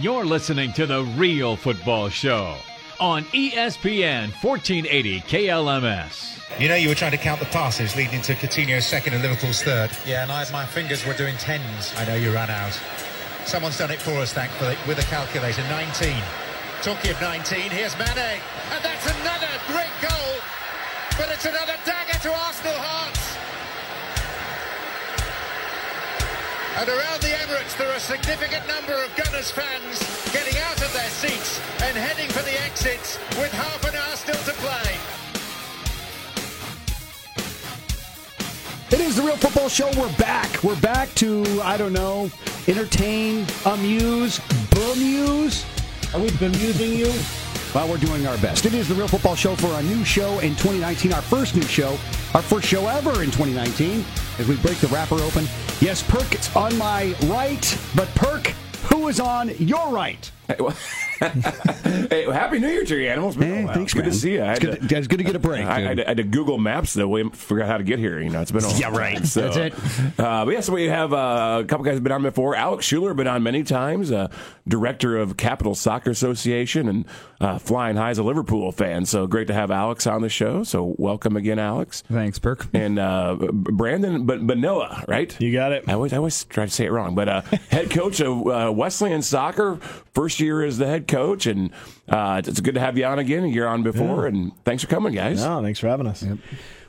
You're listening to The Real Football Show on E ESPN 1480 KLMS. You know, you were trying to count the passes leading to Coutinho's second and Liverpool's third. Yeah, and I, my fingers were doing tens. I know you ran out. Someone's done it for us, thankfully, with a calculator. 19. Talking of 19, here's Mane. And that's another great goal. But it's another dagger to Arsenal hearts. And around the Emirates, there are a significant number of Gunners fans getting out of their seats and heading for the exits with half an hour still to play. It is the Real Football Show. We're back. We're back to, I don't know, entertain, amuse, bemuse. Are we bemusing you? Well, we're doing our best. It is the Real Football Show for our new show in 2019, our first new show, our first show ever in 2019, as we break the wrapper open. Yes, Perk, it's on my right, but Perk, who is on your right? hey, well, Happy New Year to you, animals. Been a Hey, while. thanks, It's good man. to see you. I It's had good to- it's good to get a break, I, I dude. had, to- I had to Google Maps though. We forgot how to get here. You know, it's been a Yeah, right. So, That's it. Uh, but yeah, so we have uh, a couple guys who've been on before. Alex Schuler been on many times. Uh, director of Capital Soccer Association and uh, flying high as a Liverpool fan. So great to have Alex on the show. So welcome again, Alex. Thanks, Burke. and uh, B- Brandon B- Banoa, right? You got it. I always, I always try to say it wrong, but uh, head coach of uh, Wesleyan Soccer, first year as the head coach, and uh, it's good to have you on again. You're on before, and thanks for coming, guys. No, thanks for having us.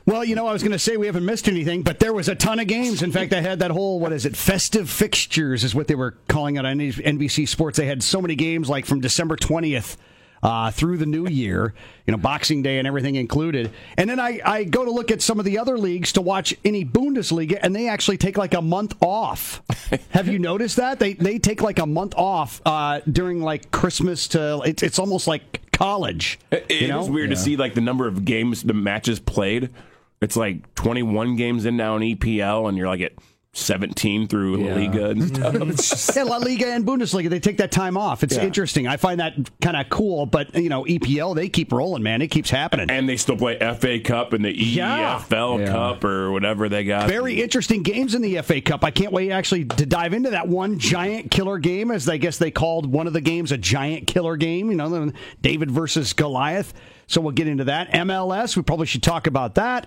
Well, you know, I was going to say we haven't missed anything, but there was a ton of games. In fact, I had that whole what is it? Festive fixtures is what they were calling it on NBC Sports. They had so many games, like from December twentieth. Uh, through the new year, you know, Boxing Day and everything included. And then I, I go to look at some of the other leagues to watch any Bundesliga, and they actually take like a month off. Have you noticed that? They they take like a month off uh, during like Christmas to, it's, it's almost like college. It- it you know? is weird to see like the number of games, the matches played. It's like 21 games in now in EPL, and you're like at 17 through La Liga and stuff. It's just- Yeah, La Liga and Bundesliga, they take that time off. It's Yeah. interesting. I find that kind of cool, but, you know, EPL, they keep rolling, man. It keeps happening. and they still play FA Cup and the Yeah. EFL Yeah. Cup or whatever they got. Very interesting games in the FA Cup. I can't wait actually to dive into that one giant killer game, as I guess they called one of the games a giant killer game, you know, the David versus Goliath. So we'll get into that. MLS, we probably should talk about that.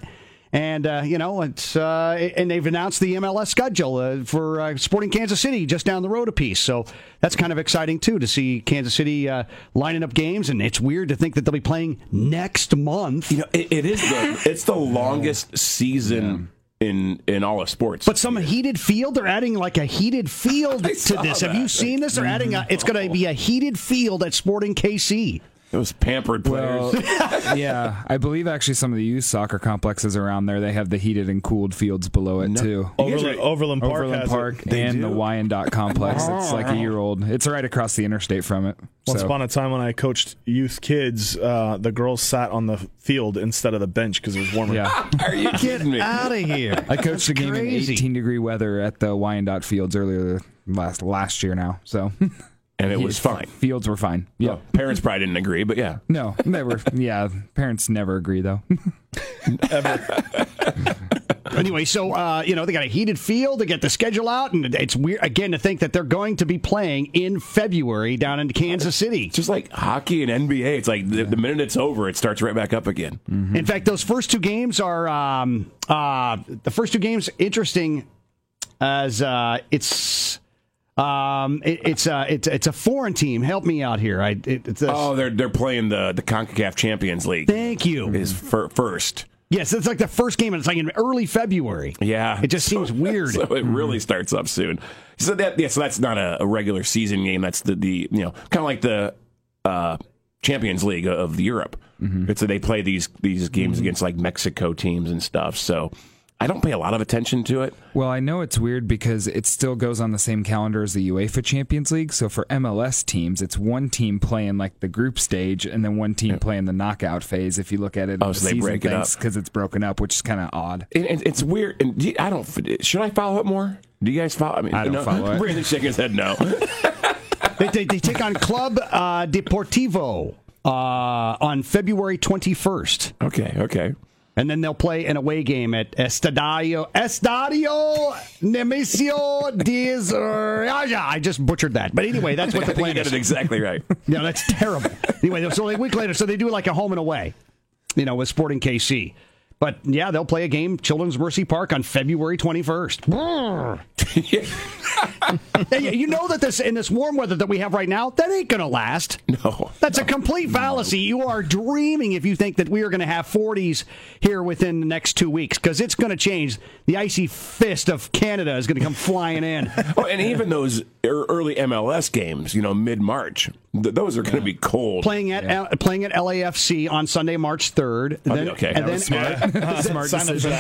And, uh, you know, it's uh, and they've announced the MLS schedule uh, for uh, Sporting Kansas City just down the road a piece. So that's kind of exciting, too, to see Kansas City uh, lining up games. And it's weird to think that they'll be playing next month. You know, it, it is the it's the longest season in in all of sports. But some heated field, they're adding like a heated field I to saw this. Have that. you seen this? They're adding a, it's going to be a heated field at Sporting KC. those pampered players. Well, yeah, I believe actually some of the youth soccer complexes around there they have the heated and cooled fields below it too. Overland, Overland Park. Overland has Park it. Oh. and the Wyandotte complex. It's like a year old. It's right across the interstate from it. Once So- upon a time when I coached youth kids, uh, the girls sat on the field instead of the bench because it was warmer. yeah. Are you kidding me? Out of here. I coached a game crazy. in 18 degree weather at the Wyandotte fields earlier last last year now. So And it was fine. fields were fine. Yeah. Oh. Well, parents probably didn't agree, but yeah. No, never. Yeah, parents never agree though. anyway, so uh, you know they got a heated field. They get the schedule out, and it's weird again to think that they're going to be playing in February down in Kansas City. It's just like hockey and NBA. It's like the, the minute it's over, it starts right back up again. Mm. In fact, those first two games are um, uh, the first two games interesting as uh, it's. Um, it, it's uh, it's it's a foreign team. Help me out here. I it, it's a, Oh, they're they're playing the the Concacaf Champions League Thank you. is fir- first. Yes, it's like the first game, and it's like in early February. Yeah, It just seems weird. Mm-hmm. So it really starts up soon. So that yeah, so that's not a, a regular season game. That's the, the you know kind of like the uh, Champions League Mm-hmm. of Europe. It's that they play these these games against like Mexico teams and stuff. So I don't pay a lot of attention to it. Well, I know it's weird because it still goes on the same calendar as the UEFA Champions League. So for MLS teams, it's one team playing like the group stage and then one team playing the knockout phase. If you look at it, Oh, so they break it up. because it's broken up, which is kind of odd. And, and it's weird. And do you- I don't. Should I follow it more? Do you guys follow? I mean, I don't no. follow it. Brandon's shaking his head no. They, they, they take on Club uh, Deportivo uh, on February 21st. okay, okay. And then they'll play an away game at Estadio Estadio Nemesio Diaz Raja. I just butchered that. But anyway, that's what I the think you plan got is. it exactly right. Yeah, that's terrible. anyway, so like a week later, so they do like a home and away, you know, with Sporting KC. But yeah, they'll play a game, Children's Mercy Park, on February 21st. Brrr. Yeah, yeah, you know that this in this warm weather that we have right now, that ain't gonna last. No. That's a complete fallacy. You are dreaming if you think that we are going to have 40s here within the next two weeks because it's going to change. The icy fist of Canada is going to come flying in. Oh, and even those ear- early MLS games, you know, mid March, th- those are going to be cold. playing at L- playing at LAFC on Sunday, March 3rd. Oh, I mean, okay, and that then, was Smart decision.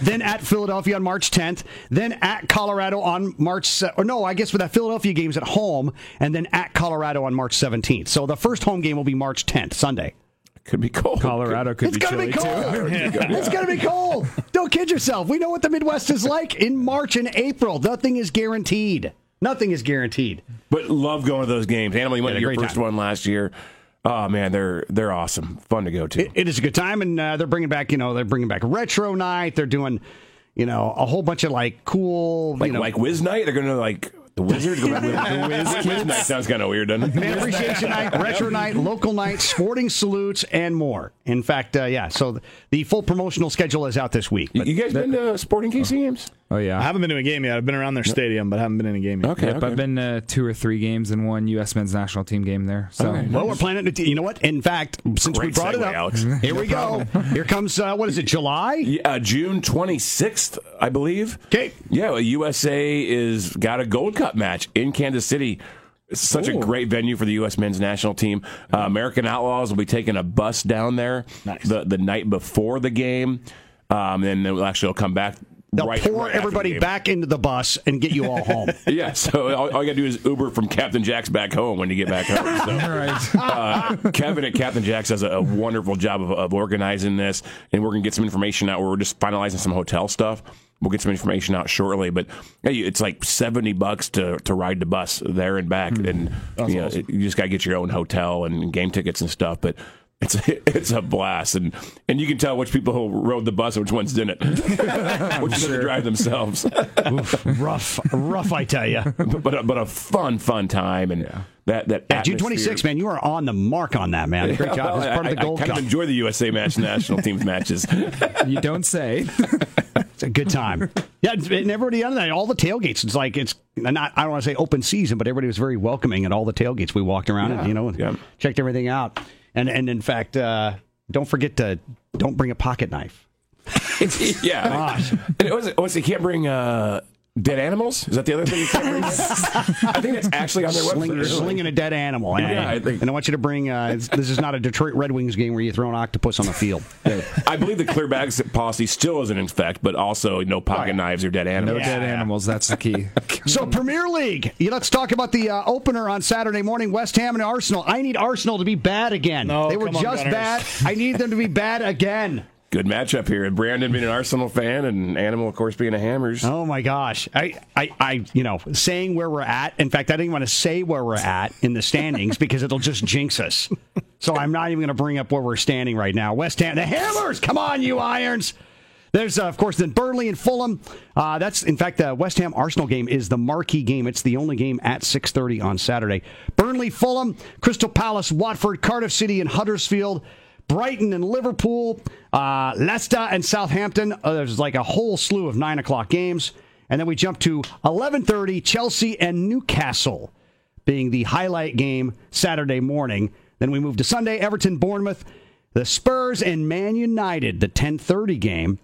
then at Philadelphia on March 10th, then at Colorado on March se- or no, I guess with that Philadelphia game's at home and then at Colorado on March 17th. So the first home game will be March 10th, Sunday. Could be cold. Colorado could It's be gonna chilly be too. cold. It's gonna be cold. Don't kid yourself. We know what the Midwest is like in March and April. Nothing is guaranteed. Nothing is guaranteed. But love going to those games. Animal, you went Yeah, to your great first time. one last year. Oh man, they're they're awesome, fun to go to. It, it is a good time, and uh, they're bringing back. You know, they're bringing back retro night. They're doing, you know, a whole bunch of like cool. like you know, like Wiz Night, they're going to like the Wizards. Go back to the Wiz, Wiz Night sounds kind of weird, doesn't Fan it? appreciation night, retro night, local night, sporting salutes, and more. In fact, uh, yeah. So th- the full promotional schedule is out this week. You you guys been to Sporting KC games? Oh yeah. I haven't been to a game yet. I've been around their stadium, but haven't been in a game yet. Okay, Yep, I've been uh, two or three games in one U.S. men's national team game there. So Well, we're planning to. You know what? In fact, since we Great brought it segue, up, Alex. here we go. Here comes uh, what is it? July. Yeah, uh, June 26th, I believe. Okay. Yeah, well, USA is got a Gold Cup match in Kansas City. It's such a great venue for the U.S. men's national team. Uh, American Outlaws will be taking a bus down there the, the night before the game. Um, and then we'll actually come back. They'll right, pour right after everybody the game. back into the bus and get you all home. Yeah, so all, all you got to do is Uber from Captain Jack's back home when you get back home. So. uh, Kevin at Captain Jack's does a, a wonderful job of, of organizing this, and we're gonna get some information out. We're just finalizing some hotel stuff. We'll get some information out shortly, but hey, it's like seventy bucks to, to ride the bus there and back, and you know you just gotta get your own hotel and game tickets and stuff. But it's it's a blast, and and you can tell which people who rode the bus and which ones didn't, which ones didn't drive themselves. rough, rough, I tell you. but but a, but a fun fun time and that that June 26, man, you are on the mark on that, man. Great job. It's part of the Gold I, I kind Cup. of enjoy the USA match, national teams matches. you don't say. It's a good time. yeah, it's- and everybody on that, all the tailgates. It's like it's not. I don't want to say open season, but everybody was very welcoming at all the tailgates. We walked around and you know yeah. checked everything out. And and in fact, uh, don't forget to don't bring a pocket knife. It's- yeah, Gosh. And it was it was you can't bring uh, dead animals. Is that the other thing you can't bring? I think that's actually on their Sling, website. slinging a dead animal. And, Yeah, I think- and I want you to bring. Uh, it's- this is not a Detroit Red Wings game where you throw an octopus on the field. I believe the clear bags policy still isn't in effect, but also no pocket knives or dead No animals. dead animals. That's the key. So Premier League, yeah, let's talk about the uh, opener on Saturday morning. West Ham and Arsenal. I need Arsenal to be bad again. No, they were come on, just Gunners. bad. I need them to be bad again. Good matchup here. And Brandon being an Arsenal fan and Animal, of course, being a Hammers. Oh my gosh! I, I, I, you know, saying where we're at. In fact, I didn't want to say where we're at in the standings because it'll just jinx us. So I'm not even going to bring up where we're standing right now. West Ham, the Hammers, come on, you Irons. There's uh, of course then Burnley and Fulham. Uh, that's in fact the West Ham Arsenal game is the marquee game. It's the only game at 6:30 on Saturday. Burnley, Fulham, Crystal Palace, Watford, Cardiff City, and Huddersfield. Brighton and Liverpool, uh, Leicester and Southampton. Uh, there's like a whole slew of nine o'clock games, and then we jump to 11:30 Chelsea and Newcastle, being the highlight game Saturday morning. Then we move to Sunday Everton, Bournemouth, The Spurs and Man United, the 10:30 game,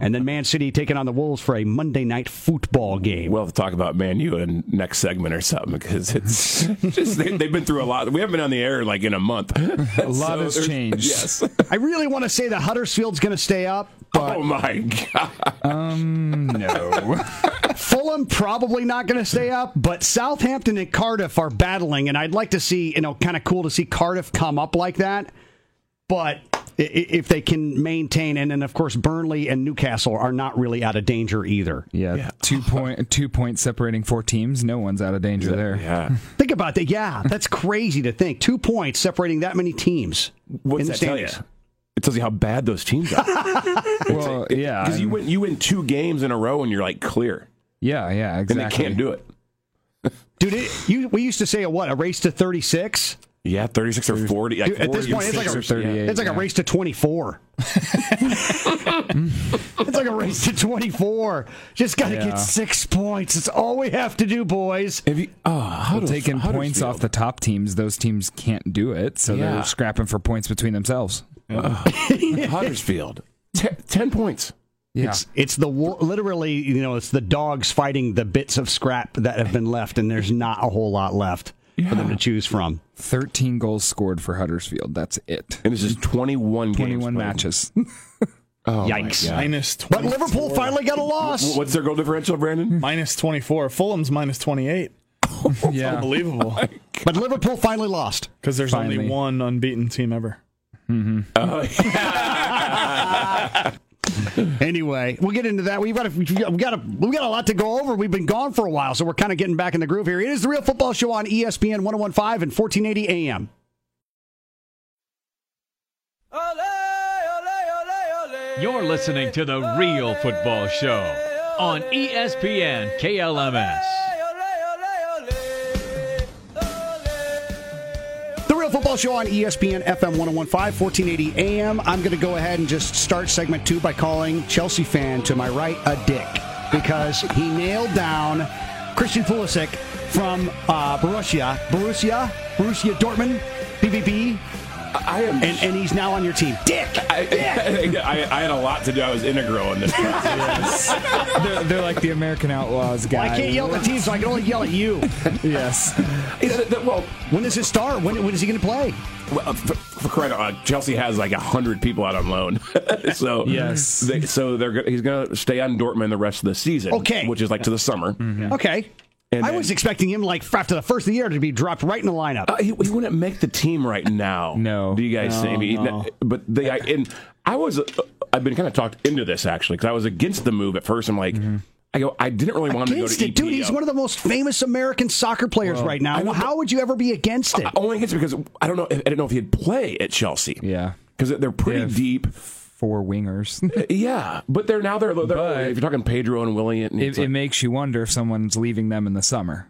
and then Man City taking on the Wolves for a Monday night football game. We'll have to talk about Man U in next segment or something because it's just they, they've been through a lot. We haven't been on the air like in a month. A lot has there's- changed. Yes. I really want to say that Huddersfield's going to stay up, but oh my god. No. Fulham probably not going to stay up, but Southampton and Cardiff are battling, and I'd like to see, you know, kind of cool to see Cardiff come up like that. But i- i- if they can maintain, and then of course Burnley and Newcastle are not really out of danger either. Yeah, two point two points separating four teams. No one's out of danger there. Yeah. Think about that. Yeah, that's crazy to think. Two points separating that many teams What's in the that tell you? standings. It tells you how bad those teams are. Well, yeah, Because you and- win you win two games in a row and you're like clear. yeah, yeah, And exactly. they can't do it. Dude, it, you, we used to say a what? A race to thirty six. Yeah, thirty six or forty. Like Dude, at this 40 point, it's like a- or it's 38. It's like a yeah. race to 24. it's like a race to 24. Just got to Yeah. get six points. It's all we have to do, boys. Have you, oh, Hudders- Taking points Huddersfield. off the top teams, those teams can't do it, so Yeah. they're scrapping for points between themselves. Huddersfield. Te- ten points. Yeah, It's the wo- literally, you know, it's the dogs fighting the bits of scrap that have been left, and there's not a whole lot left for them to choose from. thirteen goals scored for Huddersfield. That's it. And this is 21 games. Twenty-one played. matches. Oh Yikes! Minus 24. But Liverpool finally got a loss. What's their goal differential, Brandon? Minus 24. Fulham's minus 28. yeah, Unbelievable. But Liverpool finally lost. Because there's Finally. only one unbeaten team ever. Anyway, we'll get into that. We've got a, we've got a, we've got a lot to go over. We've been gone for a while, so we're kind of getting back in the groove here. It is the Real Football Show on E ESPN 1015 and 1480 AM. You're listening to The Real Football Show on E ESPN KLMS. The Real Football Show on E ESPN FM 1015, 1480 AM. I'm going to go ahead and just start segment two by calling Chelsea fan to my right a dick because he nailed down Christian Pulisic from uh, Borussia, Borussia, Borussia Dortmund, BVB, I am. and, and he's now on your team. Dick! I, I, I had a lot to do. I was integral in this process. they're, they're like the American Outlaws I guys. can't yell at the team, so I can only yell at you. Yes. Is it that- well, When does it start? When, when is he going to play? well, uh, for, for crying out loud, Chelsea has like hundred people out on loan, so Yes. they, so they're go- he's going to stay on Dortmund the rest of the season, Okay. which is like to the summer. Mm-hmm. Okay. And I then- was expecting him, like, after the first of the year to be dropped right in the lineup. Uh, he, he wouldn't make the team right now. No. do you guys see me? But they I, and I was uh, I've been kind of talked into this actually because I was against the move at first. I'm like, Mm-hmm. I go, I didn't really want him to E go against to it, dude. EPO. He's one of the most famous American soccer players right now. know, How would you ever be against it? I only against it because I don't know. I didn't know if he'd play at Chelsea. Yeah. because they're pretty Yeah. deep. Four wingers. Yeah, but they're now they're, they're But- if you're talking Pedro and Willian, and It, it makes you wonder if someone's leaving them in the summer.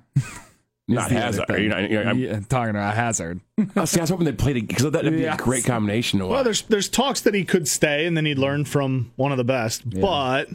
not the other Hazard. thing. You know, you know, I'm, Yeah, talking about Hazard. See, I was hoping they played because that'd be Yes. a great combination. To watch. Well, there's there's talks that he could stay and then he'd learn from one of the best. But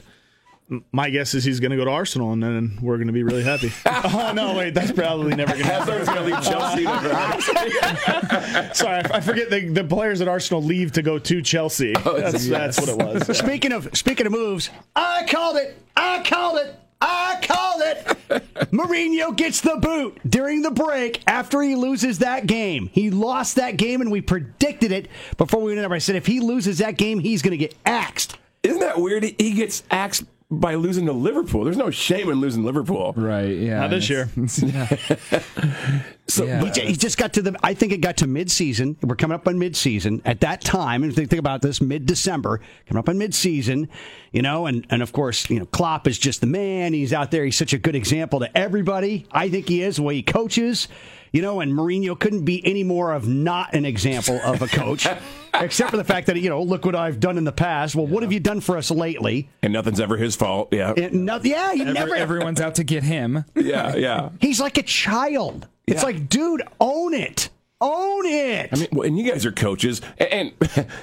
m- my guess is he's going to go to Arsenal and then we're going to be really happy. oh no, wait, that's probably never going to happen. Hazard's gonna leave Chelsea. Sorry, I I forget the, the players at Arsenal leave to go to Chelsea. Oh, that's, that's what it was. Speaking of speaking of moves, I called it. I called it. I called it. Mourinho gets the boot during the break after he loses that game. He lost that game, and we predicted it before we went in. I said if he loses that game, he's going to get axed. Isn't that weird? He- He gets axed by losing to Liverpool. There's no shame in losing Liverpool. Right. Yeah. Not this and it's- So Yeah. He ju- he just got to the. I think it got to midseason. We're coming up on midseason at that time. And if you think about this, mid December, coming up on midseason, you know, and and of course, you know, Klopp is just the man. He's out there. He's such a good example to everybody. I think he is the way he coaches. You know, and Mourinho couldn't be any more of not an example of a coach, except for the fact that you know, look what I've done in the past. Well, what have you done for us lately? and nothing's ever his fault. Yeah, And no, yeah, you Every- never. everyone's out to get him. yeah, yeah. he's like a child. It's Yeah. like, dude, own it, own it. I mean, well, and you guys are coaches, and, and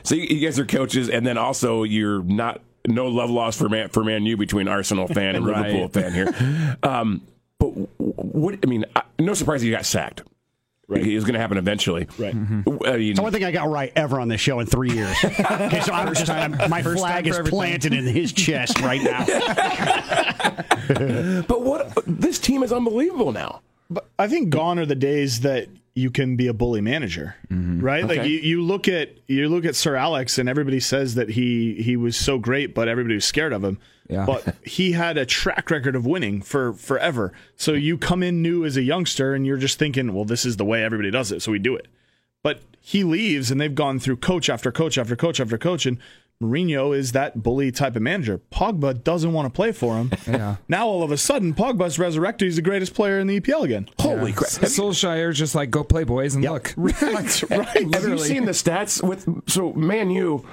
so you, you guys are coaches, and then also you're not no love lost for man for Man U between Arsenal fan and Right. Liverpool fan here. Um, but w- what I mean, I, no surprise he got sacked. It was going to happen eventually. Right. I mean, It's the one thing I got right ever on this show in three years. okay, so I'm just, I'm, my First flag time is for everything. planted in his chest right now. but what this team is unbelievable now. But I think gone are the days that you can be a bully manager, Mm-hmm. right? Like Okay. you, you look at you look at Sir Alex, and everybody says that he he was so great, but everybody was scared of him. Yeah. But he had a track record of winning for forever. So you come in new as a youngster, and you're just thinking, well, this is the way everybody does it, so we do it. But he leaves, and they've gone through coach after coach after coach after coach, and. Mourinho is that bully type of manager. Pogba doesn't want to play for him. Yeah. Now all of a sudden, Pogba's resurrected. He's the greatest player in the EPL again. Holy crap! S- Solskjaer's just like, go play, boys, and look. Like, Have you seen the stats with so Man U?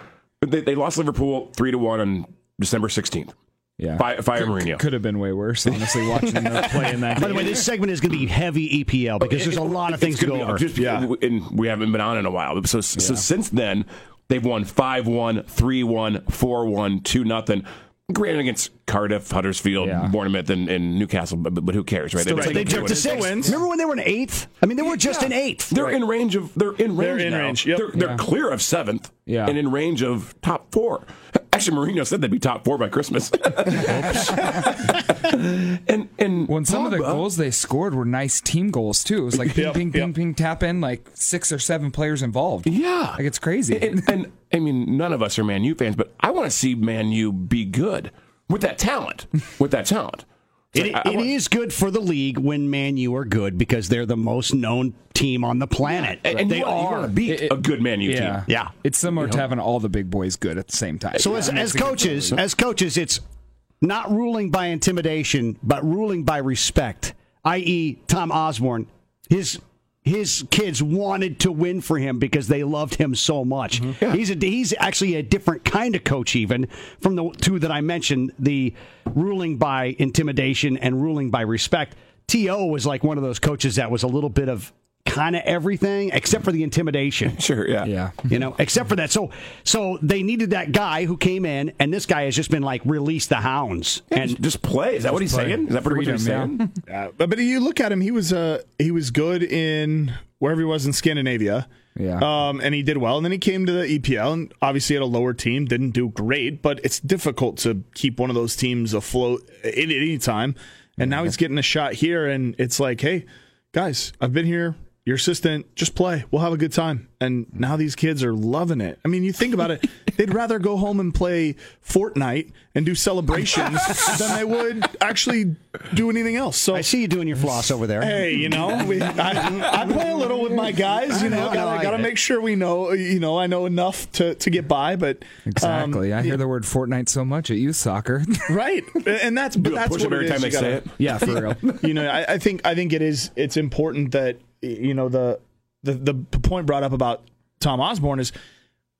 They, they lost Liverpool three to one on December sixteenth. Yeah. Fire, fire Mourinho. Could have been way worse, honestly, watching them play in that By the way, this segment is going to be heavy EPL because there's a lot of It's things to go gonna be- over. Just, Yeah. and we haven't been on in a while. So, so since then, they've won 5 1, 3 1, 4 1, 2 nothing. Granted, against Cardiff, Huddersfield, Yeah. Bournemouth, and, and Newcastle, but, but who cares, right? But they They've- jumped to Still six. wins. Remember when they were in eighth? I mean, they were just in eighth. They're in range of they're in range. in now. range, yep. They're, they're clear of seventh. Yeah. And in range of top four. Actually, Mourinho said they'd be top four by Christmas. and and When some of the Pogba- goals they scored were nice team goals too. It was like ping, Yep, ping, ping, yep. ping, tap in, like six or seven players involved. Yeah, like it's crazy. And, and- I mean, none of us are Man U fans, but I want to see Man U be good with that talent. With that talent, It, Like, I- I it want- is good for the league when Man U are good because they're the most known team on the planet. and, and they you want, are. to beat It- it- a good Man U team. Yeah. It's similar to having all the big boys good at the same time. So as, as coaches, as coaches, it's not ruling by intimidation, but ruling by respect. I.e., Tom Osborne, his his kids wanted to win for him because they loved him so much. He's a, he's actually a different kind of coach, even from the two that I mentioned: the ruling by intimidation and ruling by respect. To was like one of those coaches that was a little bit of kind of everything except for the intimidation Sure, yeah, yeah, you know except for that so so they needed that guy who came in and this guy has just been like release the hounds And and just play. Is that what he's saying? Is that pretty much what he's Freedom, saying? Uh, but but you look at him; he was uh, he was good in wherever he was in Scandinavia. Yeah. Um, and he did well, and then he came to the EPL, and obviously at a lower team, didn't do great. But it's difficult to keep one of those teams afloat at any time. And now he's getting a shot here, and it's like, hey, guys, I've been here. Your assistant, just play. We'll have a good time. And now these kids are loving it. I mean, you think about it, they'd rather go home and play Fortnite and do celebrations than they would actually do anything else. So i see you doing your floss over there hey, you know, we, I, I play a little with my guys. You know, I know, I gotta, gotta get make sure we know. You know, I know enough to to get by, but um, exactly. I hear the word Fortnite so much at youth soccer. right, and that's but Do a that's push-up what every it is. time they You gotta- say it. yeah, for real. you know, I, I think I think it is. It's important that you know the the the point brought up about Tom Osborne is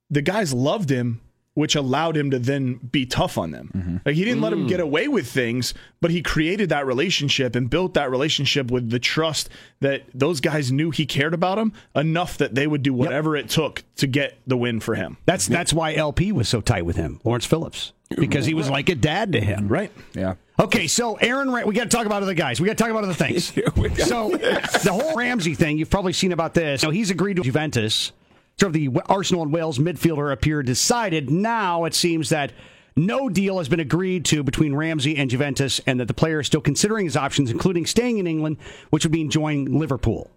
the guys loved him, which allowed him to then be tough on them. Like he didn't let him get away with things, but he created that relationship and built that relationship with the trust that those guys knew he cared about him enough that they would do whatever it took to get the win for him. that's that's why lp was so tight with him lawrence phillips because he was like a dad to him Right. Yeah. okay so aaron Ra- we got to talk about other guys we got to talk about other things so the whole ramsey thing you've probably seen about this so he's agreed to juventus so the arsenal and wales midfielder appear decided now it seems that no deal has been agreed to between Ramsey and Juventus, and that the player is still considering his options, including staying in England, which would mean joining Liverpool.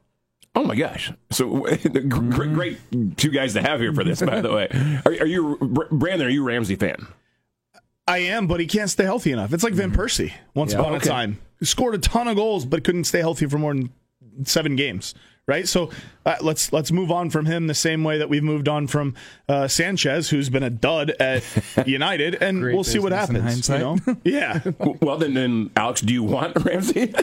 Oh my gosh! So the great, great two guys to have here for this. By the way, are, are you Br- Brandon? Are you a Ramsey fan? I am, but he can't stay healthy enough. It's like Van Persie once upon a time. He scored a ton of goals, but couldn't stay healthy for more than seven games. Right, so uh, let's let's move on from him the same way that we've moved on from uh, Sanchez, who's been a dud at United, and Great we'll see what business in happens. You know? hindsight. yeah, Well, then, then Alex, do you want Ramsey?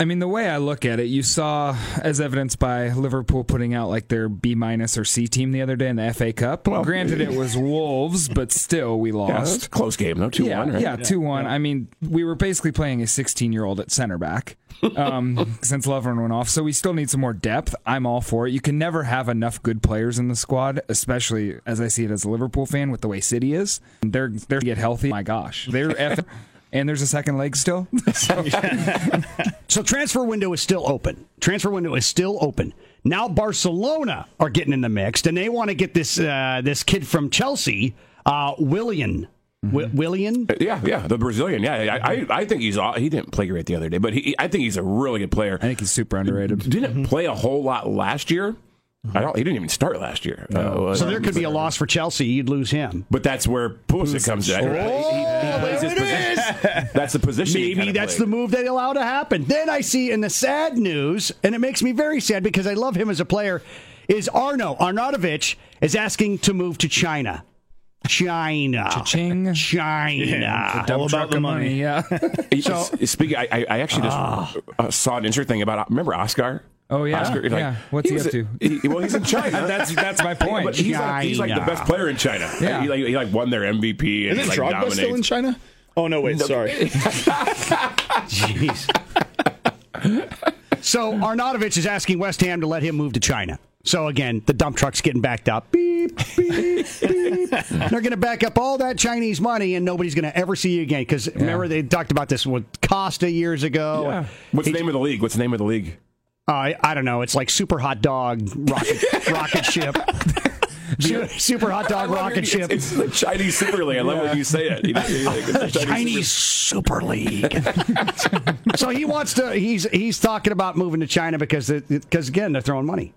I mean, the way I look at it, you saw, as evidenced by Liverpool putting out like their B minus or C team the other day in the FA Cup. Granted, it was Wolves, but still, we Yeah, lost. it's a close game, no two yeah, one, right? Yeah, two one. I mean, we were basically playing a sixteen year old at center back um, since Lovren went off. So we still need some more depth. I'm all for it. You can never have enough good players in the squad, especially as I see it as a Liverpool fan with the way City is. They're they're get healthy. My gosh, they're F- and there's a second leg still. So- So transfer window is still open. Transfer window is still open. Now Barcelona are getting in the mix, and they want to get this uh, this kid from Chelsea, uh, Willian. Wi- Willian? Yeah, yeah, the Brazilian. Yeah, I, I, I think he's. aw- He didn't play great the other day, but he, I think he's a really good player. I think he's super underrated. Didn't play a whole lot last year. I don't. He didn't even start last year. Uh, So there could be a loss for Chelsea. You'd lose him. But that's where Pulisic comes in. He- he plays his position. That's the position. he Maybe kinda that's played. the move they allow to happen. Then I see in the sad news, and it makes me very sad because I love him as a player, is Arno Arnautovic is asking to move to China. China. Cha-ching. China. All about Truck the of money. Yeah. So, speaking, I, I- I actually just uh, saw an interesting thing about. Remember Oscar? Ah. Oh, yeah? Oscar, Yeah. What's he was up a- to? he- well, he's in China. That's- that's my point. But he's, like, he's like the China. best player in China. Yeah. He, like, he like won their MVP and Isn't like Drogba dominates. still in China? Oh no, wait, sorry. Jeez. so Arnautovic is asking West Ham to let him move to China. So again, the dump truck's getting backed up. Beep, beep, beep. They're going to back up all that Chinese money, and nobody's going to ever see you again. Because remember, they talked about this with Costa years ago. Uh, Yeah. What's the name of the league? What's the name of the league? I, I don't know. It's like super hot dog rocket rocket ship. Su- super hot dog rocket It's, ship. it's the Chinese Super League. I love when you say it. You know, you're like, it's the Chinese Super- Chinese Super League. so he wants to. He's he's talking about moving to China because because again they're throwing money.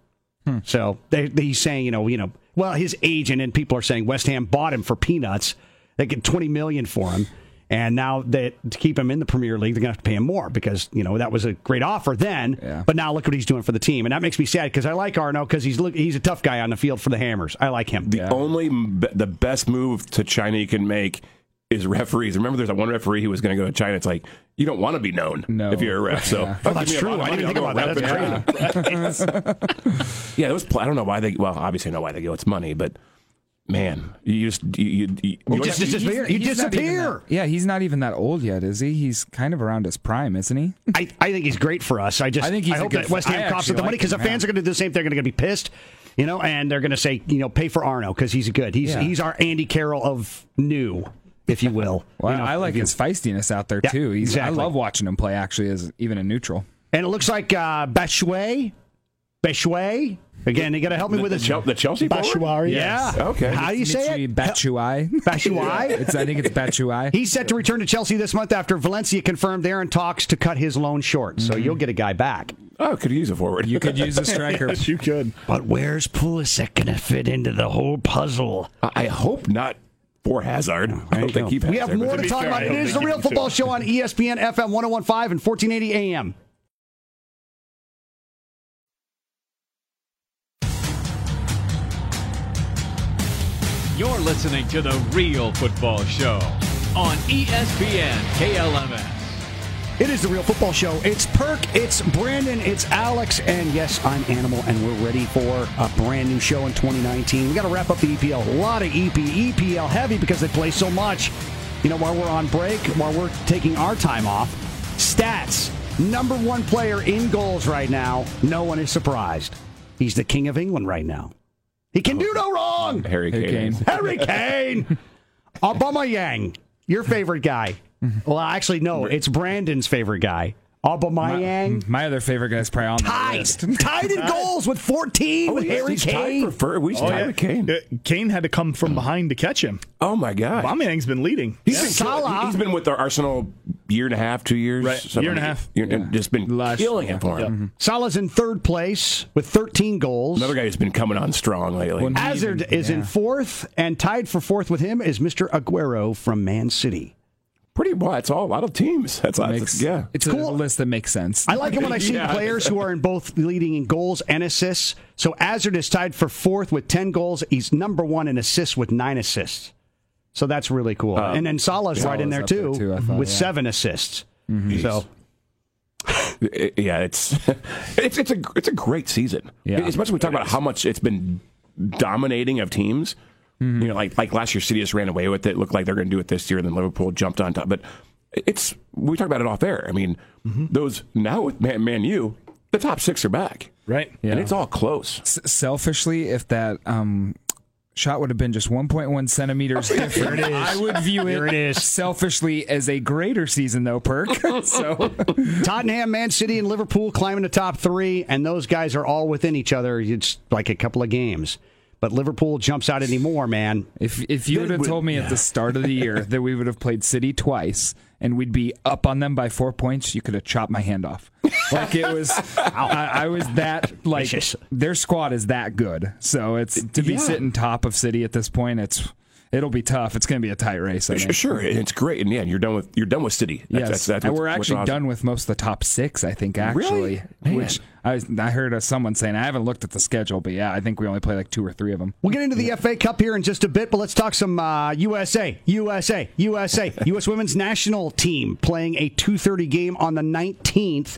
So they, they- he's saying you know you know well his agent and people are saying West Ham bought him for peanuts. They get twenty million for him, and now that to keep him in the Premier League they're gonna have to pay him more because you know that was a great offer then. Yeah. But now look what he's doing for the team, and that makes me sad because I like Arno because he's look he's a tough guy on the field for the Hammers. I like him. The only be- the best move to China you can make is referees. Remember, there's that one referee who was going to go to China. It's like you don't want to be known No. if you're a ref. So Well, Oh, that's true. I didn't think about that. That's great. yeah, those. Pl- I don't know why they. Well, obviously, I know why they go. It's money, but man, you just you you, you, you just- don't- just- disappear. You not even disappear. that- yeah, he's not even that old yet, is he? He's kind of around his prime, isn't he? I, I think he's great for us. I just I I, think he's a hope good that West fit. I Ham coughs actually up the money like because him, the fans yeah. are going to do the same. They're going to be pissed, you know, and they're going to say, you know, pay for Arno because he's good. He's Yeah. he's our Andy Carroll of new, if you will. Well, You know, I like if you- his feistiness out there Yeah, too. He's, exactly. I love watching him play. Actually, as even a neutral. And it looks like uh, Bashuay, Bashuay. Again, they got to help me the, with the, this. Chel- the Chelsea forward? Bashuari. Yeah. Okay. How do you say Mitri it? Batshuayi. Batshuayi? it's, I think it's Batshuayi. He's set to return to Chelsea this month after Valencia confirmed they're in talks to cut his loan short. So Mm-hmm. you'll get a guy back. Oh, could use a forward. You could use a striker. Yes, you could. But where's Pulisic going to fit into the whole puzzle? I I hope not for Hazard. Oh, I hope they keep. We have Hazard, but- more to talk fair, about. I It don't is the think you Real can Football too. Show on E ESPN FM 1015 and 1480 AM. You're listening to The Real Football Show on E ESPN KLMS. It is the Real Football Show. It's Perk, it's Brandon, it's Alex, and yes, I'm Animal, and we're ready for a brand new show in 2019. We got to wrap up the EPL. A lot of E EP, EPL heavy because they play so much. You know, while we're on break, while we're taking our time off, stats. Number one player in goals right now. No one is surprised. He's the king of England right now. He Oh. can do no wrong. Harry Kane. Harry Kane. Harry Kane. Obama Yang, your favorite guy. Well, actually, no, it's Brandon's favorite guy. Obama Mm-hmm. Yang. My other favorite guy is probably on the Tied. list. Tied in goals with 14 with Oh, Yes, Harry he's tied Kane. for fir- we Oh, should tie with Kane. Uh, Kane had to come from behind to catch him. Oh my God. Aubameyang's been leading. He's been Salah. killing- He's been with our Arsenal year and a half, two years, Right. something Year and a like- half. year- and Just been Last- killing it for him. Salah's in third place with 13 goals. Another guy who's been coming on strong lately. Well, Hazard is in fourth, and tied for fourth with him is Mr. Aguero from Man City. Pretty well. That's all. A lot of teams. That's, that's Makes, yeah. It's a list that makes sense. I like it when I see Yeah. players who are in both leading in goals and assists. So Hazard is tied for fourth with 10 goals. He's number one in assists with nine assists. So that's really cool. and then Salah's right in Salah's there too, up there too, I thought, with yeah. Mm-hmm. seven assists. So It- yeah, it's it's it's a it's a great season. Yeah. As much as we talk about how much it's been dominating of teams, Mm-hmm. you know, like like last year, City just ran away with it. Looked like they're going to do it this year, and then Liverpool jumped on top. But it's we talk about it off air. I mean, Mm-hmm. those now with Man, Man U, the top six are back, Right. and it's all close. S- selfishly, if that um, shot would have been just 1.1 centimeters different. Here it is. I would view Here it it is. selfishly as a greater season though, Perk. so Tottenham, Man City, and Liverpool climbing the top three, and those guys are all within each other. It's like a couple of games. But Liverpool jumps out anymore, man. if if you would have told me at the start of the year that we would have played City twice and we'd be up on them by four points, you could have chopped my hand off. Like it was, I, I was that like Vicious. their squad is that good. So it's to be Yeah. sitting top of City at this point. It's it'll be tough. It's going to be a tight race. I Sure, think. Sure, and it's great, and yeah, you're done with you're done with City. That's, yes, that's, that's and what's- we're what's actually awesome. done with most of the top six. I think actually, Man. which I I heard of someone saying I haven't looked at the schedule, but yeah, I think we only play like two or three of them. We'll get into the FA Cup here in just a bit, but let's talk some uh, USA, USA, USA, U.S. Women's National Team playing a 2:30 game on the 19th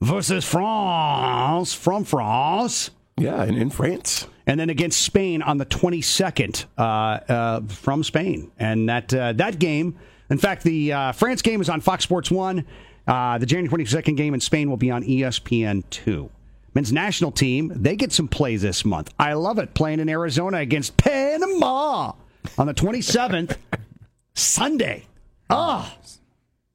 versus France from France, Yeah, and in France, and then against Spain on the 22nd uh, uh, from Spain. And that uh, that game, in fact, the uh, France game is on Fox Sports One. Uh, the January 22nd game in Spain will be on E ESPN two. Men's national team, they get some play this month. I love it playing in Arizona against Panama on the 27th, Sunday. Ah,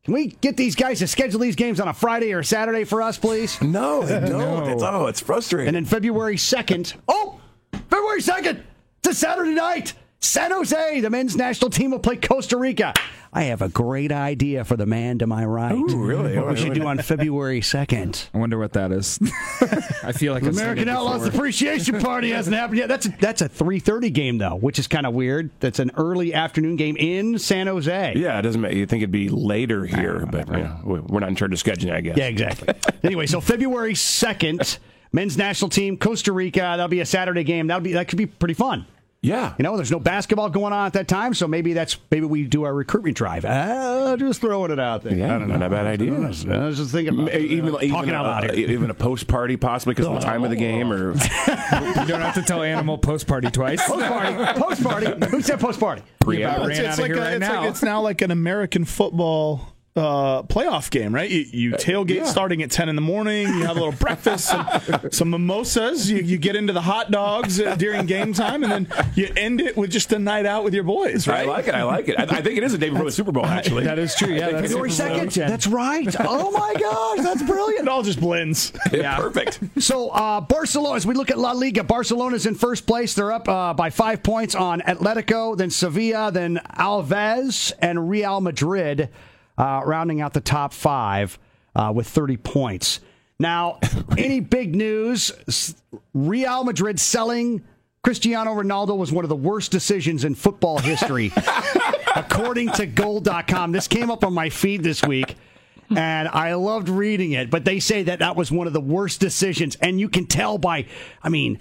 can we get these guys to schedule these games on a Friday or Saturday for us, please? no, they don't. It's, oh, it's frustrating. And then February 2nd, oh, February 2nd, it's a Saturday night. San Jose, the men's national team will play Costa Rica. I have a great idea for the man to my right. Ooh, really? What All we right, should all do right. on February 2nd. I wonder what that is. I feel like I've said American it Outlaws before. Appreciation Party hasn't happened yet. That's a, that's a 3:30 game though, which is kind of weird. That's an early afternoon game in San Jose. yeah, it doesn't matter. You think it'd be later here, but you know, we- we're not in charge of scheduling, I guess. Ah, Yeah, exactly. anyway, so February 2nd, men's national team Costa Rica, that'll be a Saturday game. That'll be that could be pretty fun. yeah. You know, there's no basketball going on at that time, so maybe that's maybe we do our recruitment drive. Ah, just throwing it out there. Yeah, I don't not know. a bad idea. I was, I was just thinking, M- about, Even, even, talking a, out loud here. even a post party, possibly because of the time of the game, or You don't have to tell Animal post party twice. Post party, post party. Who said post party? pre Yeah, hour. ran out of like here a- right it's like- now. it's now like an American football uh, playoff game, right? You, you Uh, tailgate yeah. starting at ten in the morning. You have a little breakfast, some, some mimosas. You, you get into the hot dogs uh, during game time, and then you end it with just a night out with your boys, I right? like it. I like it. I, I think it is a day before the Super Bowl, actually. That is true. Yeah, that's February Super Bowl second. weekend. That's right. Oh my gosh, that's It brilliant. all just blends. yeah. Perfect. So uh, Barcelona, as we look at La Liga, Barcelona's in first place. They're up uh, by five points on Atletico, then Sevilla, then Alves, and Real Madrid, uh, rounding out the top five uh, with 30 points. Now, any big news? S- Real Madrid selling Cristiano Ronaldo was one of the worst decisions in football history, according to Goal.com. This came up on my feed this week, and I loved reading it. But they say that that was one of the worst decisions, and you can tell by, I mean,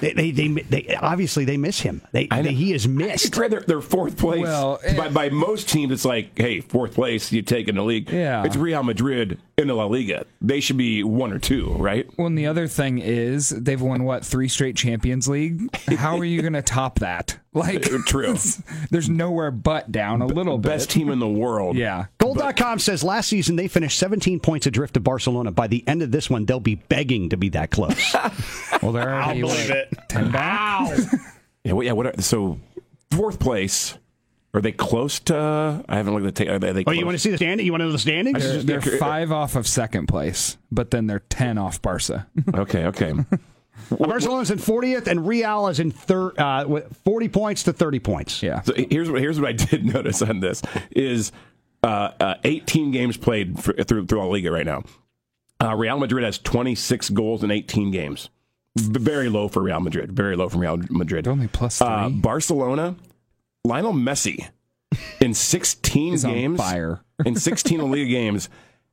they they, they, they obviously they miss him. They, know. they he is It's missed. great. They're, they're fourth place. Well, eh. by, by most teams, it's like, hey, fourth place, you take in the league. Yeah. It's Real Madrid in the La Liga. They should be one or two, right? Well, and the other thing is they've won what three straight Champions League. How are you going to top that? Like, True. it's- There's nowhere but down a little bit. Best team in the world. Yeah. Goal.com says last season they finished 17 points adrift to Barcelona. By the end of this one, they'll be begging to be that close. Well, they're already believe like, it. ten back. Yeah. Well, yeah what are, so fourth place. Are they close to? I haven't looked at the. ta- Are they, are they oh, close? you want to see the standing? You want to know the standings? They're, they're five off of second place, but then they're ten off Barca. Okay. Okay. Barcelona's in 40th, and Real is in thir- uh, with 40 points to 30 points. Yeah. So here's what here's what I did notice on this is uh, uh, 18 games played for, through through La Liga right now. Uh, Real Madrid has 26 goals in 18 games. V- Very low for Real Madrid. Very low for Real Madrid. Only plus three. Uh, Barcelona, Lionel Messi, in 16 He's on games, fire. in 16 La Liga games,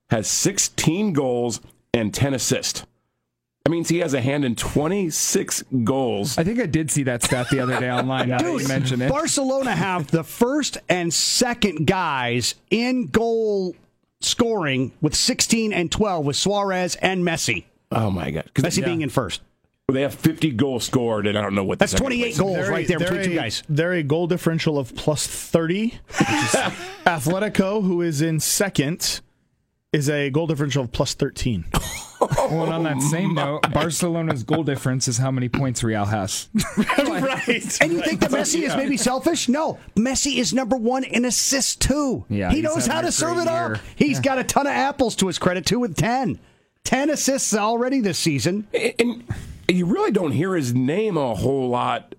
has 16 goals and 10 assists. That means he has a hand in 26 goals. I think I did see that stat the other day online. now that you mention it. Barcelona have the first and second guys in goal scoring with 16 and 12 with Suarez and Messi. Oh my god! 'Cause Messi being in first. They have 50 goals scored, and I don't know what the That's second 28 place- goals They're right a- there between they're two a- guys. They're a goal differential of plus 30. Atletico, who is in second, is a goal differential of plus 13. Well, and on that same note, Barcelona's goal difference is how many points Real has. right. And you think that Messi is maybe selfish? No, Messi is number one in assists too. Yeah, he he's knows how having to a serve great it up. year. He's got a ton of apples to his credit too, with ten. Ten assists already this season. and you really don't hear his name a whole lot.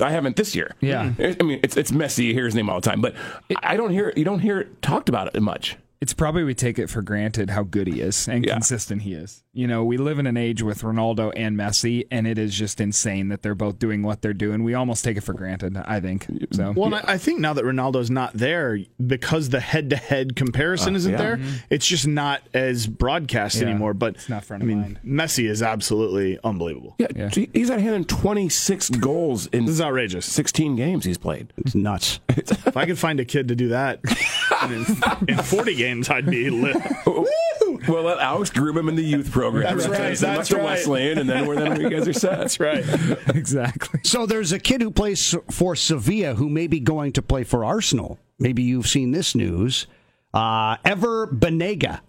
I haven't this year. Mm-hmm. Yeah. I mean it's it's messy. You hear his name all the time, but I don't hear you don't hear it talked about it much. it's probably we take it for granted how good he is and Yeah. consistent he is. You know, we live in an age with Ronaldo and Messi, and it is just insane that they're both doing what they're doing. We almost take it for granted, I think. So Well, and I, I think now that Ronaldo's not there, because the head-to-head comparison isn't there, it's just not as broadcast Uh, Mm-hmm. Yeah. anymore. But It's not front I of mean, Messi is absolutely unbelievable. Yeah, gee, he's at hand in 26 goals in This is outrageous. 16 games he's played. It's nuts. if I could find a kid to do that in, in 40 games, I'd be lit. Well, let Alex groom him in the youth program. That's right, Send him up that's to right. Wesleyan, and then we're then you guys are set. That's right. exactly. So there's a kid who plays for Sevilla who may be going to play for Arsenal. Maybe you've seen this news. Uh, Ever Benega.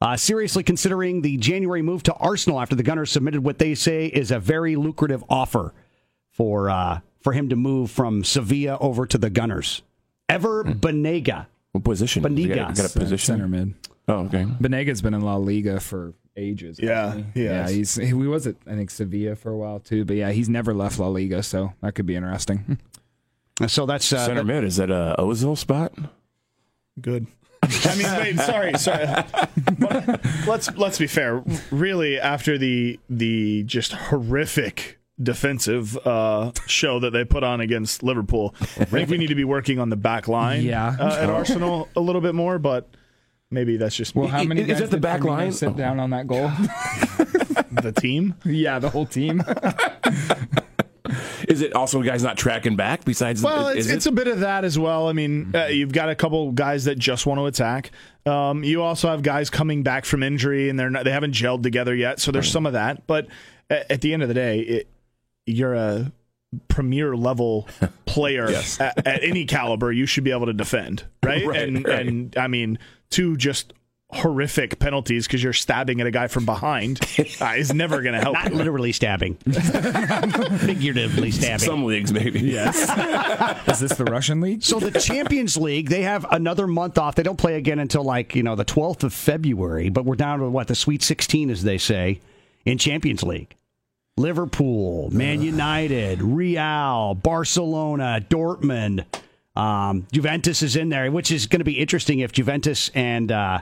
Uh, seriously considering the January move to Arsenal after the Gunners submitted what they say is a very lucrative offer for uh, for him to move from Sevilla over to the Gunners. Ever Benega. What position? You got, you Benigas. got a position. Center mid. Oh, okay. Benega's been in La Liga for ages. Yeah, hasn't he yeah. has. He's he was at I think Sevilla for a while too, but yeah, he's never left La Liga, so that could be interesting. So that's uh, Center mid is that a Ozil spot? Good. I mean, wait, sorry, sorry. But let's let's be fair. Really, after the the just horrific defensive uh, show that they put on against Liverpool, I think we need to be working on the back line. Yeah. uh, at Arsenal a little bit more, but maybe that's just Well, how many Is guys that the did back Firmino line? sit down on that goal? the team. yeah, the whole team. Is it also guys not tracking back? Besides, Well, is it's, it- Mm-hmm. it's a bit of that as well. I mean, uh, you've got a couple guys that just want to attack. Um, you also have guys coming back from injury and they're not, they haven't gelled together yet. So there's some of that. But a- at the end of the day, it, you're a premier level player at, at any caliber. You should be able to defend, right? Right, and right. and I mean, two just horrific penalties because you're stabbing at a guy from behind uh, is never going to help. not you. literally stabbing, figuratively stabbing. some leagues maybe. Yes. is this the Russian league? So the Champions League, they have another month off. They don't play again until like, you know, the 12th of February, but we're down to what the Sweet 16 as they say in Champions League. Liverpool, Man United, Real, Barcelona, Dortmund, um, Juventus is in there, which is going to be interesting if Juventus and uh,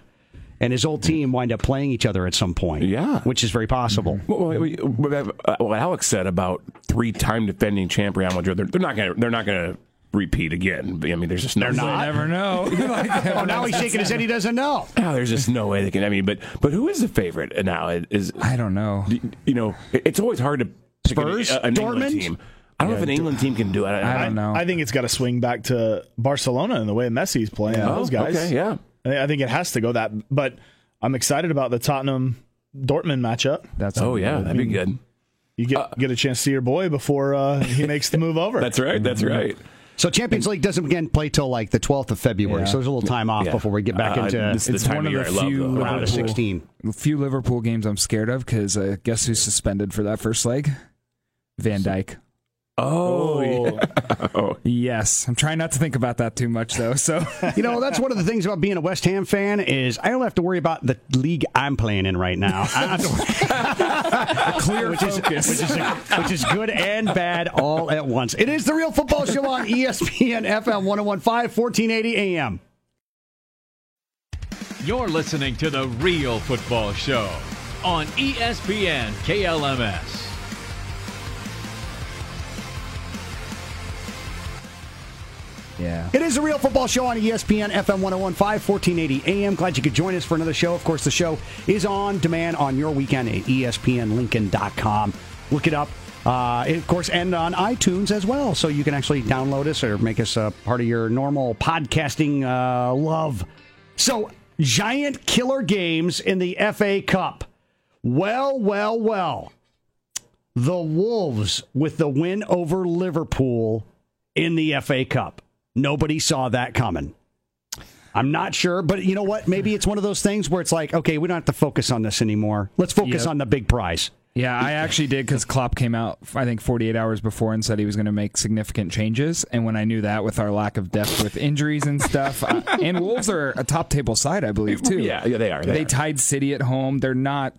and his old team wind up playing each other at some point. Yeah. Mm-hmm. which is very possible. Well, well, we- we have, uh, what Alex said about three-time defending champ Real Madrid, they're, they're not going to they're not going to repeat again. I mean, there's just no They're way. not. I never know. Like, Oh, now he's shaking his head; he doesn't know. Oh, there's just no way they can. I mean, but but who is the favorite now? It Is I don't know. you know, it- it's always hard to pick an- Spurs? a- an England Dortmund? team. I don't know if an England team can do it. I don't know. I think it's got to swing back to Barcelona in the way Messi's playing. Oh, Those guys, Okay, yeah. I I think it has to go that. But I'm excited about the Tottenham Dortmund matchup. That's Oh, yeah. That'd be good. You get get a chance to see your boy before uh, he makes the move over. Uh, That's right. That's right. So Champions League doesn't again play till like the 12th of February. Yeah. So there's a little time off Yeah. before we get back Uh, into this is It's the time one of of year I the love few though. round of Liverpool. 16. A few Liverpool games I'm scared of because uh, guess who's suspended for that first leg? Van Dyke. Oh, yeah. Yes, I'm trying not to think about that too much though. So You know, that's one of the things about being a West Ham fan is I don't have to worry about the league I'm playing in right now. I don't have to clear which is, which, focus. is which is good and bad all at once. It is the Real Football Show on E ESPN FM 1015 1480 AM. You're listening to The Real Football Show on E ESPN KLMS. yeah, It is the Real Football Show on E ESPN FM 1015 1480 AM. Glad you could join us for another show. Of course, the show is on demand on your weekend at E ESPNLincoln.com. Look it up. Uh, and of course, and on iTunes as well. So you can actually download us or make us a part of your normal podcasting uh, love. So, giant killer games in the FA Cup. Well, well, well. The Wolves with the win over Liverpool in the FA Cup. Nobody saw that coming. I'm not sure, but you know what? Maybe it's one of those things where it's like, okay, we don't have to focus on this anymore. Let's focus Yep. on the big prize. Yeah, I actually did because Klopp came out, I think, 48 hours before and said he was going to make significant changes. And when I knew that, with our lack of depth with injuries and stuff, uh, and Wolves are a top table side, I believe, too. Yeah, yeah, they are. They They are. tied City at home. They're not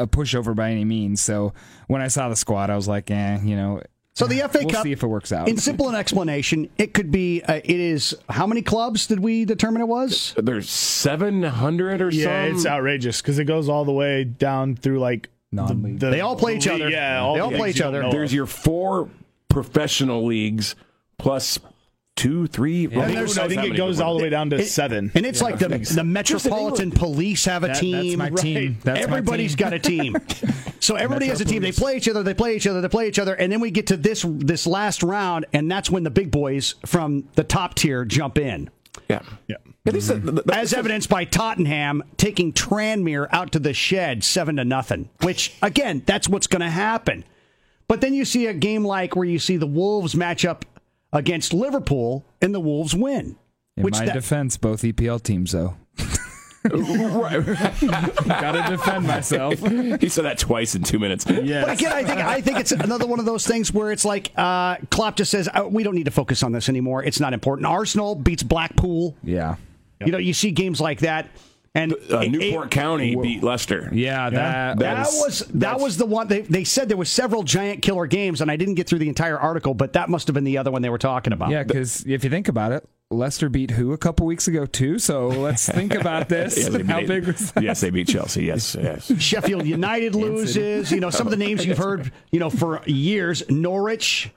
a pushover by any means. So when I saw the squad, I was like, eh, you know. So the FA We'll Cup. see if it works out. In simple an explanation, it could be. Uh, it is how many clubs did we determine it was? There's 700 or Yeah, some. it's outrageous because it goes all the way down through like the, Non-league. the- They all play each other. Yeah, all They the all play leagues each you don't other. know of. There's your four professional leagues plus two, three. well, I who knows think how it many goes different- all the way down to It- seven. and it's like the, the metropolitan police have a That- that's team. my team. Right. That's my Everybody's team. got a team. So everybody has a team. They play each other. They play each other. They play each other, and then we get to this this last round, and that's when the big boys from the top tier jump in, Yeah. Yeah. At least that- that- as evidenced by Tottenham taking Tranmere out to the shed seven to nothing. Which again, that's what's going to happen. But then you see a game like where you see the Wolves match up against Liverpool, and the Wolves win. In my that- defense, both EPL teams, though. Got to defend myself. he said that twice in two minutes. Yeah. But again, I think I think it's another one of those things where it's like uh, Klopp just says uh, we don't need to focus on this anymore. It's not important. Arsenal beats Blackpool. Yeah. You know, you see games like that, and Uh, it- Newport it- uh, County beat Leicester. Yeah, that, That was that was the one they, they said there was several giant killer games, and I didn't get through the entire article, but that must have been the other one they were talking about. Yeah, because if you think about it, Leicester beat who a couple weeks ago too. So let's think about this. Yeah, they How beat- big was that? Yes, they beat Chelsea. Yes, yes. Sheffield United loses. You know, some of the names you've heard, you know, for years. Norwich,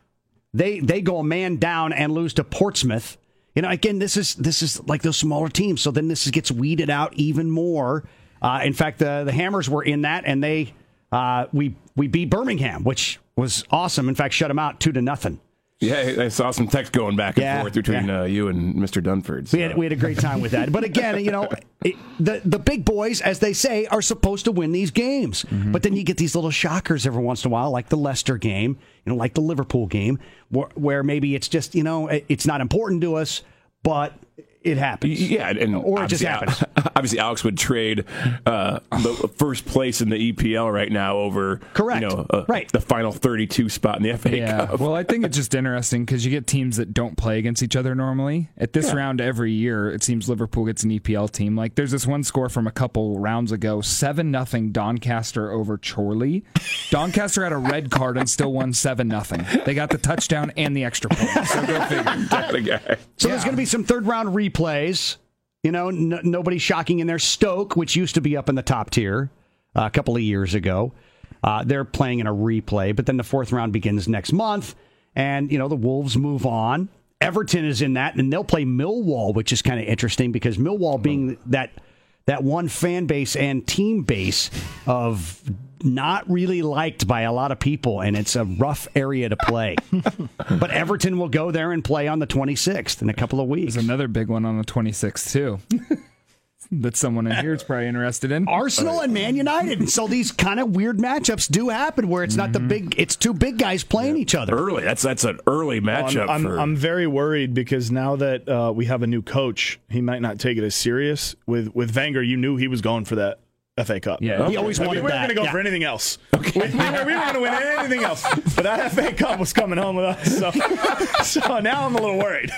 they they go a man down and lose to Portsmouth. You know, again, this is this is like those smaller teams. So then this gets weeded out even more. Uh, in fact, the the Hammers were in that, and they uh, we we beat Birmingham, which was awesome. In fact, shut them out two to nothing. Yeah, I saw some text going back and Yeah, forth between yeah. uh, you and Mr. Dunford. We had, we had a great time with that. But again, you know, it, the the big boys, as they say, are supposed to win these games. Mm-hmm. But then you get these little shockers every once in a while, like the Leicester game, you know, like the Liverpool game, where, where maybe it's just you know it- it's not important to us, but it happens. Yeah, and- and Or it just obviously- Obviously, Alex would trade uh, the first place in the EPL right now over Correct. You know, uh, Right. the final 32 spot in the FA Yeah. Cup. Well, I think it's just interesting because you get teams that don't play against each other normally. At this round every year, it seems Liverpool gets an EPL team. Like there's this one score from a couple rounds ago, seven nothing Doncaster over Chorley. Doncaster had a red card and still won seven nothing. They got the touchdown and the extra point. So go figure. The guy. So there's going to be some third round replays. You know, n- nobody shocking in there. Stoke, which used to be up in the top tier uh, a couple of years ago, uh, they're playing in a replay. But then the fourth round begins next month, and you know the Wolves move on. Everton is in that, and they'll play Millwall, which is kind of interesting because Millwall being that that one fan base and team base of not really liked by a lot of people, and it's a rough area to play. But Everton will go there and play on the 26th in a couple of weeks. There's another big one on the 26th too. that someone in here is probably interested in. Arsenal and Man United. And so these kind of weird matchups do happen where it's not the big, it's two big guys playing each other. early. That's that's an early I'm, matchup I'm, for. I'm very worried because now that uh, we have a new coach, he might not take it as serious. With with Wenger, you knew he was going for that FA Cup. Yeah. He always I mean, wanted we weren't that. going to go Yeah. for anything else. We, we were, going to win anything else, but that FA Cup was coming home with us. So, so now I'm a little worried.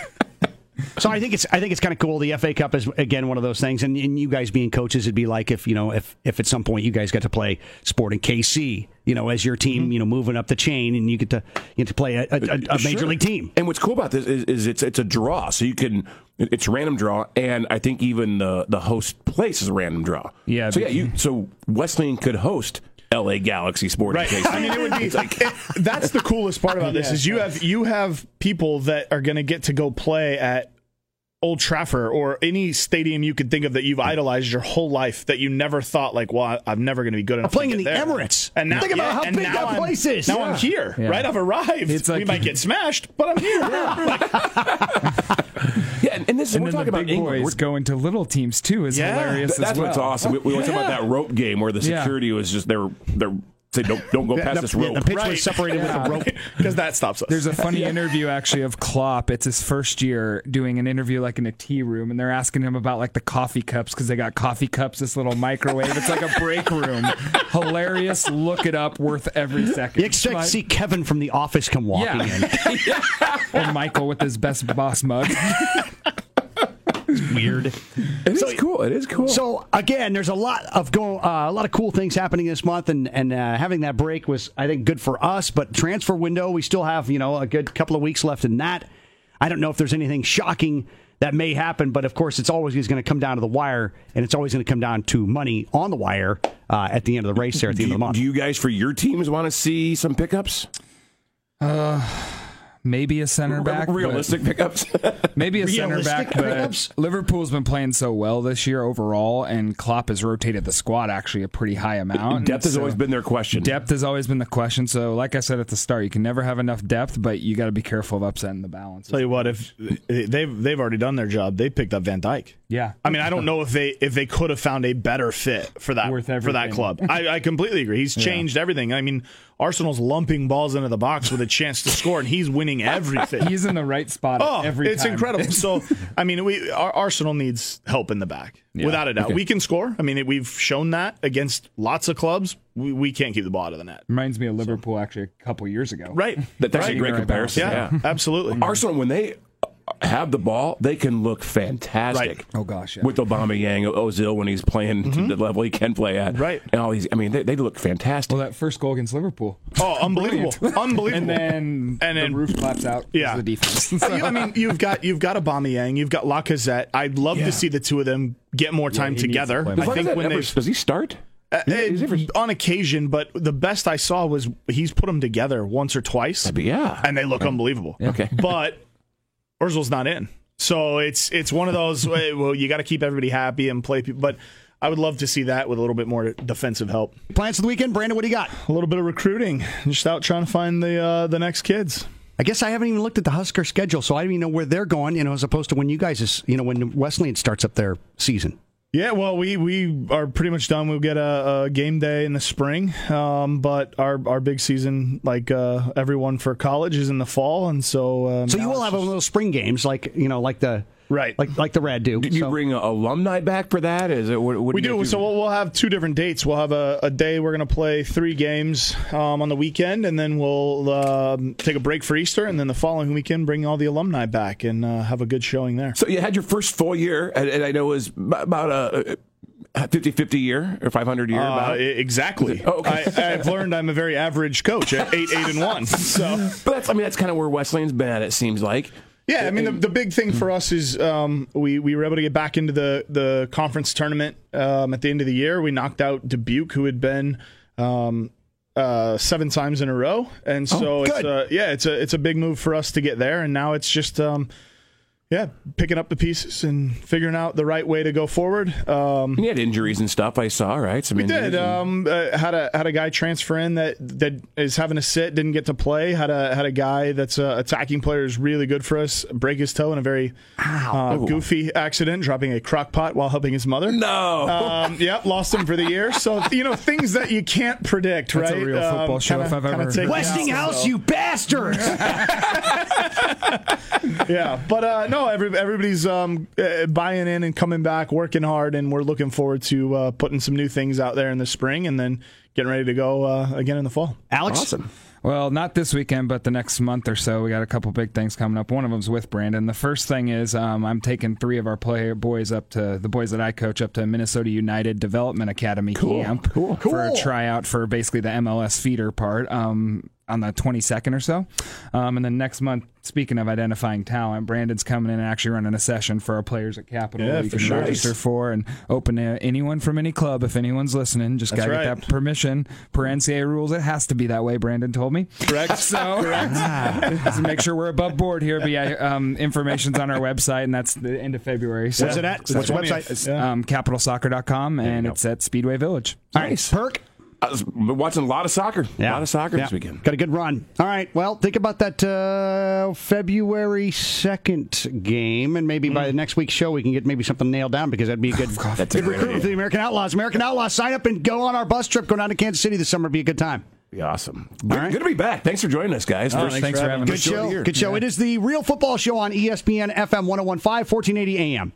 So I think it's I think it's kind of cool. The FA Cup is again one of those things, and, and you guys being coaches, it'd be like if you know if if at some point you guys got to play Sporting KC, you know, as your team, you know, moving up the chain, and you get to you get to play a, a, a, a major Uh, Sure. league team. And what's cool about this is, is it's it's a draw, so you can it's a random draw, and I think even the the host place is a random draw. Yeah, So yeah, but- you so Wesleyan could host L.A. Galaxy Sporting Right. KC. I mean, it would be It's like like that's the coolest part about this is you have you have people that are going to get to go play at Old Trafford or any stadium you could think of that you've idolized your whole life that you never thought like, well, I- I'm never going to be good enough. playing to in get the there. Emirates. And now, Think about yeah, how and big now that I'm- place is. Now Yeah. I'm here. Yeah. Right, I've arrived. It's we like- might get smashed, but I'm here. yeah, and, and this is And we're then talking the about big England. boys We're- going to little teams too is Yeah. hilarious. That's as well. what's awesome. We, we were talking about that rope game where the Yeah. security was just they're they're say don't don't go Yeah, past the, this yeah, rope. the pitch Right. was separated with a rope. because that stops us. There's a funny interview actually of Klopp. It's his first year doing an interview like in a tea room, and they're asking him about like the coffee cups because they got coffee cups, this little microwave. It's like a break room. Hilarious. Look it up. Worth every second. You expect But- to see Kevin from the office come walking in. yeah. or Michael with his best boss mug. Weird. It is cool. It is cool. So again, there's a lot of go, uh, a lot of cool things happening this month, and and uh, having that break was, I think, good for us. But transfer window, we still have you know a good couple of weeks left in that. I don't know if there's anything shocking that may happen, but of course, it's always going to come down to the wire, and it's always going to come down to money on the wire uh, at the end of the race there at the end do, of the you, month. do you guys for your teams want to see some pickups? Maybe a center back. Mm, but- realistic pickups. Maybe a center Realistic back, but pickups? Liverpool's been playing so well this year overall, and Klopp has rotated the squad actually a pretty high amount. Depth has So always been their question. Depth has always been the question. So, like I said at the start, you can never have enough depth, but you got to be careful of upsetting the balance. Tell you what, if they've they've already done their job, they picked up Van Dyke. Yeah. I mean, I don't know if they if they could have found a better fit for that Worth for that everything. club. I, I completely agree. He's changed everything. I mean, Arsenal's lumping balls into the box with a chance to score, and he's winning everything. He's in the right spot oh, every it's time. incredible. So, I mean, we our Arsenal needs help in the back without a doubt. We can score. I mean, we've shown that against lots of clubs. We, we can't keep the ball out of the net. Reminds me of Liverpool actually a couple years ago. Right. That- that's a Right. great Right. comparison. Yeah, Mm-hmm. absolutely. Arsenal, when they have the ball, they can look fantastic. Right. Oh, gosh, yeah. With Obama Yang, Ozil when he's playing to the level he can play at, Right. And all these, I mean, they, they look fantastic. Well, that first goal against Liverpool. Oh, unbelievable! Unbelievable. And then And the then- roof claps out. 'cause Yeah. of The defense. Uh, you- I mean, you've got you've got Aubameyang, you've got Lacazette. I'd love Yeah. to see the two of them get more time he needs together. to play I Does think Lacazette when ever- they Uh, does he start? Is he ever- on occasion, but the best I saw was he's put them together once or twice, But yeah, and they look unbelievable. Okay. but Urzel's not in, so it's it's one of those. eh, Well, you got to keep everybody happy and play people, but. I would love to see that with a little bit more defensive help. Plans for the weekend, Brandon? What do you got? A little bit of recruiting, just out trying to find the uh, the next kids. I guess I haven't even looked at the Husker schedule, so I don't even know where they're going. You know, as opposed to when you guys is, you know, when Wesleyan starts up their season. Yeah, well, we we are pretty much done. We'll get a, a game day in the spring, um, but our our big season, like uh, everyone for college, is in the fall, and so um, So you will have a little spring games, like you know, like the Right. like like the Rad do. did you So- bring uh, alumni back for that? Is it what, what we you do. guys So we'll, we'll have two different dates. We'll have a, a day we're going to play three games um, on the weekend, and then we'll um, take a break for Easter, and then the following weekend bring all the alumni back and uh, have a good showing there. So you had your first full year, and, and I know it was b- about a 50-50 year or 500 year. Uh, about. e- exactly. Oh, okay. I, I've learned I'm a very average coach at eight, eight, and one. So. But that's, I mean, that's kind of where Wesleyan's been at, it seems like. Yeah, I mean the, the big thing for us is um, we we were able to get back into the the conference tournament um, at the end of the year. We knocked out Dubuque, who had been um, uh, seven times in a row, and so it's good. a, yeah, it's a it's a big move for us to get there, and now it's just. Um, yeah, picking up the pieces and figuring out the right way to go forward. Um, And you had injuries and stuff, I saw, right? Some we did. Um, uh, had a had a guy transfer in that that is having a sit, didn't get to play. Had a had a guy that's a attacking player is really good for us. Break his toe in a very uh, goofy accident, dropping a crock pot while helping his mother. no. Um, yep, lost him for the year. So you know things that you can't predict, That's a right? Um, real football show kinda- if I've kinda ever take- heard. Westinghouse, you bastards! yeah, but uh, no, every, everybody's um, uh, buying in and coming back, working hard, and we're looking forward to uh, putting some new things out there in the spring, and then getting ready to go uh, again in the fall. Alex, awesome. Well, not this weekend, but the next month or so. We got a couple big things coming up. One of them's with Brandon. The first thing is um, I'm taking three of our player boys up to the boys that I coach up to Minnesota United Development Academy camp for a tryout for basically the MLS feeder part. Um, on the 22nd or so. Um, and then next month, speaking of identifying talent, Brandon's coming in and actually running a session for our players at Capital. Yeah, that you for can sure. register for and open to anyone from any club if anyone's listening. Just That's gotta right. get that permission per NCAA rules. It has to be that way. Brandon told me. Correct. So just make sure we're above board here. But yeah, um, information's on our website, and that's the end of February. So what's it at? So What's the 20th. website? Um, capitalsoccer.com, and it's at Speedway Village. All right, Perk. I was watching a lot of soccer. A lot of soccer Yeah. this weekend. Got a good run. All right. Well, think about that uh, February 2nd game, and maybe by the next week's show, we can get maybe something nailed down because that'd be a good, Mm. That's a good great recruitment idea. for the American Outlaws. American Outlaws, sign up and go on our bus trip. Go down to Kansas City this summer. It'd be a good time. Be awesome. Good, right. good to be back. Thanks for joining us, guys. First- thanks, for having us. E oh Good show. Good show. It is the Real Football Show on ESPN FM 1015, 1480 AM.